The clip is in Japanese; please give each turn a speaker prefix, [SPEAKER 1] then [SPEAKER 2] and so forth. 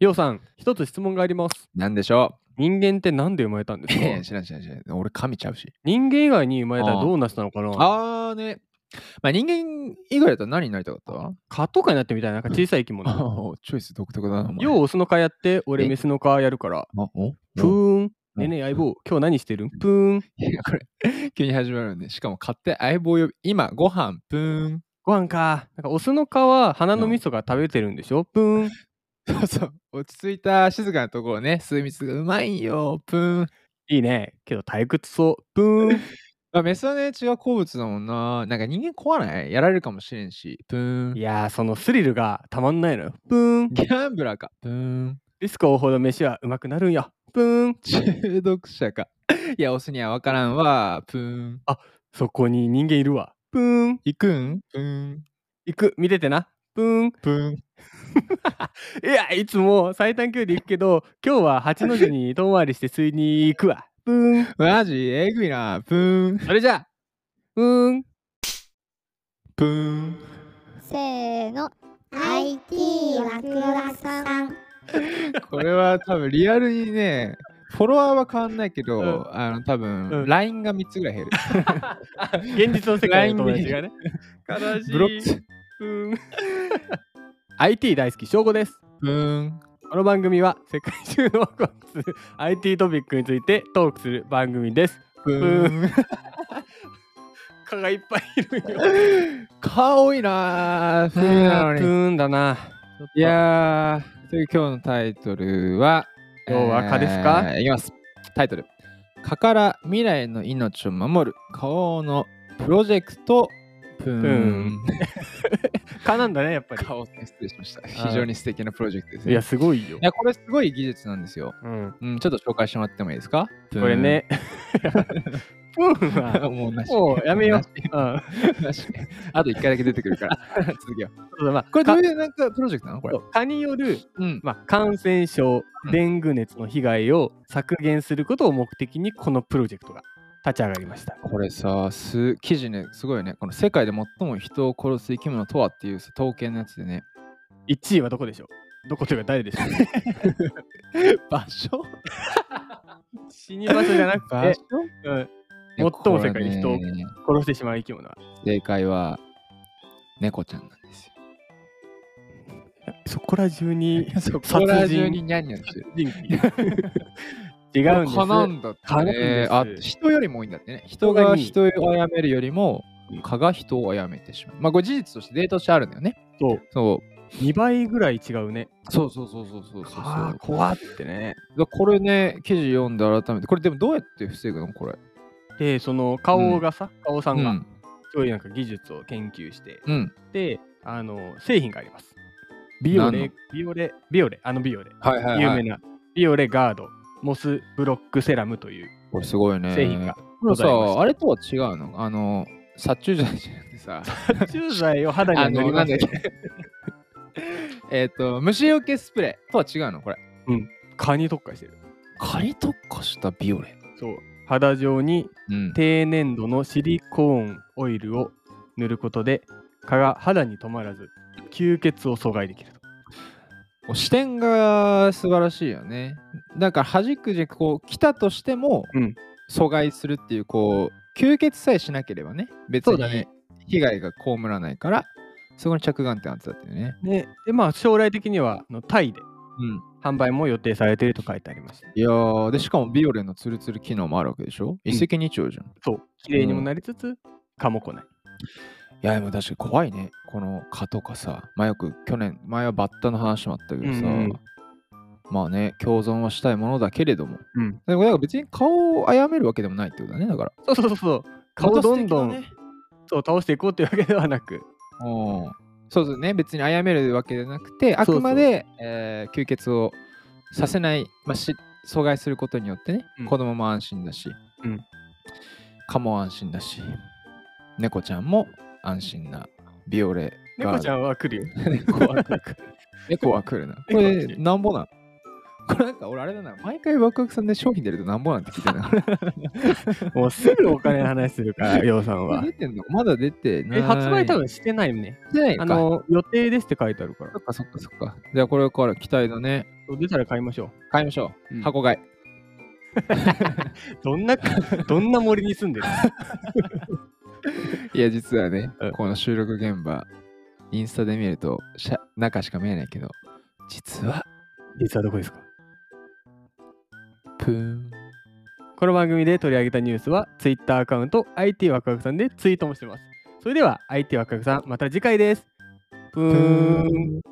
[SPEAKER 1] ようさん、一つ質問があります。
[SPEAKER 2] なんでしょ
[SPEAKER 1] 人間ってなんで生まれたん
[SPEAKER 2] う
[SPEAKER 1] です
[SPEAKER 2] い
[SPEAKER 1] か
[SPEAKER 2] やいや知らん知らん知らん。俺、神ちゃうし。
[SPEAKER 1] 人間以外に生まれた
[SPEAKER 2] あ
[SPEAKER 1] ら
[SPEAKER 2] ー
[SPEAKER 1] どうなったのかな
[SPEAKER 2] あーね。まあ、人間以外だと何になりたかった
[SPEAKER 1] 蚊とかになってみたいな、なんか小さい生き 物。
[SPEAKER 2] ああ、チョイス独特だな、お前。
[SPEAKER 1] よう、オスの蚊やって、俺、
[SPEAKER 2] え
[SPEAKER 1] メスの蚊やるから。
[SPEAKER 2] あお
[SPEAKER 1] プーン。
[SPEAKER 2] うん
[SPEAKER 1] ねえねえ、相棒、今日何してるんプーン。
[SPEAKER 2] いやこれ、急に始まるんで、しかも買って相棒呼び、今、ご飯、ぷーん。
[SPEAKER 1] ご飯か。なんか、オスの蚊は鼻の味噌が食べてるんでしょプーン。
[SPEAKER 2] そう そう、落ち着いた静かなところね、数密がうまいよ、ぷーん。
[SPEAKER 1] いいね。けど退屈そう。プーン。
[SPEAKER 2] まあ、メスはね、違う好物だもんな。なんか人間怖ないやられるかもしれんし、ぷーん
[SPEAKER 1] い。やー、そのスリルがたまんないのよ。プーン。
[SPEAKER 2] ギャンブラーか、ぷーん。
[SPEAKER 1] リスクを負うほど飯はうまくなるんや。プーン。
[SPEAKER 2] 中毒者か。いや、オスにはわからんわ、ぷーん。
[SPEAKER 1] そこに人間いるわ。プーン。
[SPEAKER 2] 行くんぷーん、
[SPEAKER 1] 行く。見ててな。プーン。
[SPEAKER 2] ぷーん。
[SPEAKER 1] いや、いつも最短距離行くけど、今日は八の字に遠回りして吸いに行くわ。ブーン。
[SPEAKER 2] マジ、えぐいな、ぷーん、
[SPEAKER 1] それじゃあ、うーん。
[SPEAKER 2] ぷーん。
[SPEAKER 3] せーの IT ワクワクさん
[SPEAKER 2] これは多分リアルにね、フォロワーは変わんないけど、
[SPEAKER 1] うん
[SPEAKER 2] あの多
[SPEAKER 1] う
[SPEAKER 2] 分
[SPEAKER 1] ん
[SPEAKER 2] LINE が3つぐらい減 る。
[SPEAKER 1] 現実の世界の友達がね。悲しい。
[SPEAKER 2] ブロック。
[SPEAKER 1] うーん。IT 大好き、翔吾です。
[SPEAKER 2] うーん。
[SPEAKER 1] この番組は世界中のワクワクする IT トピックについてトークする番組です。
[SPEAKER 2] ぷーん。
[SPEAKER 1] 蚊がいっぱいいるよ。
[SPEAKER 2] 顔多いなー。
[SPEAKER 1] プ
[SPEAKER 2] 冬なのに。
[SPEAKER 1] ーンだな。
[SPEAKER 2] いやー、という今日のタイトルは、
[SPEAKER 1] 今日は蚊ですか
[SPEAKER 2] えーいきます。タイトル。蚊から未来の命を守る蚊王のプロジェクトぷー
[SPEAKER 1] ぷー
[SPEAKER 2] ん
[SPEAKER 1] ん。蚊なんだね、やっぱり。
[SPEAKER 2] 顔失礼しました。非常に素敵なプロジェクトです
[SPEAKER 1] い
[SPEAKER 2] ね。
[SPEAKER 1] や、すごいよ
[SPEAKER 2] い。やこれすごい技術なんですよ。
[SPEAKER 1] うん。
[SPEAKER 2] うん、ちょっと紹介してもらってもいいですか
[SPEAKER 1] これ。ね。 プーン
[SPEAKER 2] ぷー
[SPEAKER 1] は
[SPEAKER 2] んもうなし。
[SPEAKER 1] もうやめよう
[SPEAKER 2] なし。
[SPEAKER 1] うん
[SPEAKER 2] なし あと1回だけ出てくる から。続けよう。
[SPEAKER 1] そうだまあ、
[SPEAKER 2] これど
[SPEAKER 1] か
[SPEAKER 2] ういうなんかプロジェクトなのこれ。
[SPEAKER 1] 蚊による、
[SPEAKER 2] うん。
[SPEAKER 1] まあ、感染症、
[SPEAKER 2] うん
[SPEAKER 1] デング熱の被害を削減することを目的にこのプロジェクトが立ち上がりました。
[SPEAKER 2] これさ、す記事ね、すごいよね。この世界で最も人を殺す生き物とはっていうさ統計のやつでね。
[SPEAKER 1] 1位はどこでしょうどこというか誰でしょう
[SPEAKER 2] 場所
[SPEAKER 1] 死に場所じゃなく
[SPEAKER 2] 場
[SPEAKER 1] て
[SPEAKER 2] 所、
[SPEAKER 1] うん、
[SPEAKER 2] いや
[SPEAKER 1] 最も世界で人を
[SPEAKER 2] これね
[SPEAKER 1] 殺してしまう生き物は。
[SPEAKER 2] 正解は猫ちゃんなんですよ。
[SPEAKER 1] そこら中にこ
[SPEAKER 2] そ
[SPEAKER 1] ら中
[SPEAKER 2] 中
[SPEAKER 1] に
[SPEAKER 2] にニャンニャンしてる。
[SPEAKER 1] 人気 違うんです。
[SPEAKER 2] 蚊なんだって
[SPEAKER 1] 蚊なん
[SPEAKER 2] ね
[SPEAKER 1] です
[SPEAKER 2] あ人よりも多いんだってね人
[SPEAKER 1] が
[SPEAKER 2] が
[SPEAKER 1] に
[SPEAKER 2] 人を殺めるよりも蚊が人を殺めてしまうまあこれ事実としてデータとしてあるんだよね
[SPEAKER 1] そう
[SPEAKER 2] そう
[SPEAKER 1] 2倍ぐらい違うね。
[SPEAKER 2] そうそうそうそうそうそう
[SPEAKER 1] あー怖ってね。
[SPEAKER 2] だこれね記事読んで改めてこれでもどうやって防ぐのこれ
[SPEAKER 1] で、その顔がさ、顔さ
[SPEAKER 2] うん
[SPEAKER 1] が
[SPEAKER 2] ん
[SPEAKER 1] そういうなんか技術を研究して、
[SPEAKER 2] うん
[SPEAKER 1] で、あの、製品があります。ビオ
[SPEAKER 2] 何の
[SPEAKER 1] レ、ビオレ、ビオレ、あのビオレ、
[SPEAKER 2] はいはい
[SPEAKER 1] 有
[SPEAKER 2] は
[SPEAKER 1] 名
[SPEAKER 2] い
[SPEAKER 1] なビオレガード、モスブロックセラムという
[SPEAKER 2] これすごいね
[SPEAKER 1] 製品が
[SPEAKER 2] これ
[SPEAKER 1] ございまし
[SPEAKER 2] さあれとは違うのあの殺虫剤じゃなくてさ
[SPEAKER 1] た。殺虫剤を肌には
[SPEAKER 2] あ
[SPEAKER 1] 塗
[SPEAKER 2] の
[SPEAKER 1] り
[SPEAKER 2] な
[SPEAKER 1] ま
[SPEAKER 2] ん
[SPEAKER 1] す
[SPEAKER 2] だっ
[SPEAKER 1] よ
[SPEAKER 2] け えっと虫除けスプレーとは違うのこれ
[SPEAKER 1] 蚊に特化してる。
[SPEAKER 2] 蚊に特化したビオレ
[SPEAKER 1] そう。肌上に
[SPEAKER 2] うん
[SPEAKER 1] 低粘土のシリコーンオイルを塗ることで、蚊が肌に止まらず、吸血を阻害できると。
[SPEAKER 2] もう視点が素晴らしいよね。だから弾くじゃこう来たとしても、
[SPEAKER 1] うん
[SPEAKER 2] 阻害するっていうこう吸血さえしなければね別
[SPEAKER 1] そうだ
[SPEAKER 2] に
[SPEAKER 1] ね
[SPEAKER 2] 被害が被らないからそこに着眼点あったってね。
[SPEAKER 1] ね、で、まあ、将来的にはあのタイで
[SPEAKER 2] うん、
[SPEAKER 1] 販売も予定されていると書いてありました。
[SPEAKER 2] いやーでしかもビオレのツルツル機能もあるわけでしょ一石二鳥じゃん。い
[SPEAKER 1] そう。綺麗にもなりつつ、蚊も来ない。
[SPEAKER 2] やでも確かに怖いねこの蚊とかさまあよく去年前はバッタの話もあったけどさ、
[SPEAKER 1] うんうん
[SPEAKER 2] まあね共存はしたいものだけれども、
[SPEAKER 1] うん
[SPEAKER 2] でもだから別に顔を殺めるわけでもないってことだねだから。
[SPEAKER 1] そうそうそうそう。蚊をどんどん、
[SPEAKER 2] また素敵だね
[SPEAKER 1] そう倒していこうというわけではな く、
[SPEAKER 2] おそうですね別に殺めるわけじゃなくてあ
[SPEAKER 1] そうそう
[SPEAKER 2] くまでえー吸血をさせない、まあ、し阻害することによってね、
[SPEAKER 1] うん
[SPEAKER 2] 子供も安心だし、
[SPEAKER 1] うん
[SPEAKER 2] 蚊も安心だし猫ちゃんも安心なビオレが
[SPEAKER 1] 猫ちゃんは来るよ。
[SPEAKER 2] 猫は来る 猫は来るなこれ
[SPEAKER 1] 猫は来る
[SPEAKER 2] なんぼなんこれなんか俺あれだな毎回ワクワクさんで商品出るとなんぼなんて聞いて な
[SPEAKER 1] もうすぐお金の話する から、ようさんは。
[SPEAKER 2] 出てんのまだ出てない
[SPEAKER 1] え、発売多分してないね。
[SPEAKER 2] してないの
[SPEAKER 1] あ
[SPEAKER 2] か
[SPEAKER 1] の、予定ですって書いてあるから。
[SPEAKER 2] そっかそっかそっか。じゃあこれから期待だね。
[SPEAKER 1] 出たら買いましょ
[SPEAKER 2] 買いましょう、
[SPEAKER 1] うん。
[SPEAKER 2] 箱買いう
[SPEAKER 1] どんな、 どんな森に住んでる
[SPEAKER 2] いや実はね、
[SPEAKER 1] うん
[SPEAKER 2] この収録現場インスタで見るとしゃ中しか見えないけど実は
[SPEAKER 1] 実はどこですか
[SPEAKER 2] プーン
[SPEAKER 1] この番組で取り上げたニュースは Twitter アカウント IT ワクワクさんでツイートもしてます。それでは IT ワクワクさんまた次回です。プーン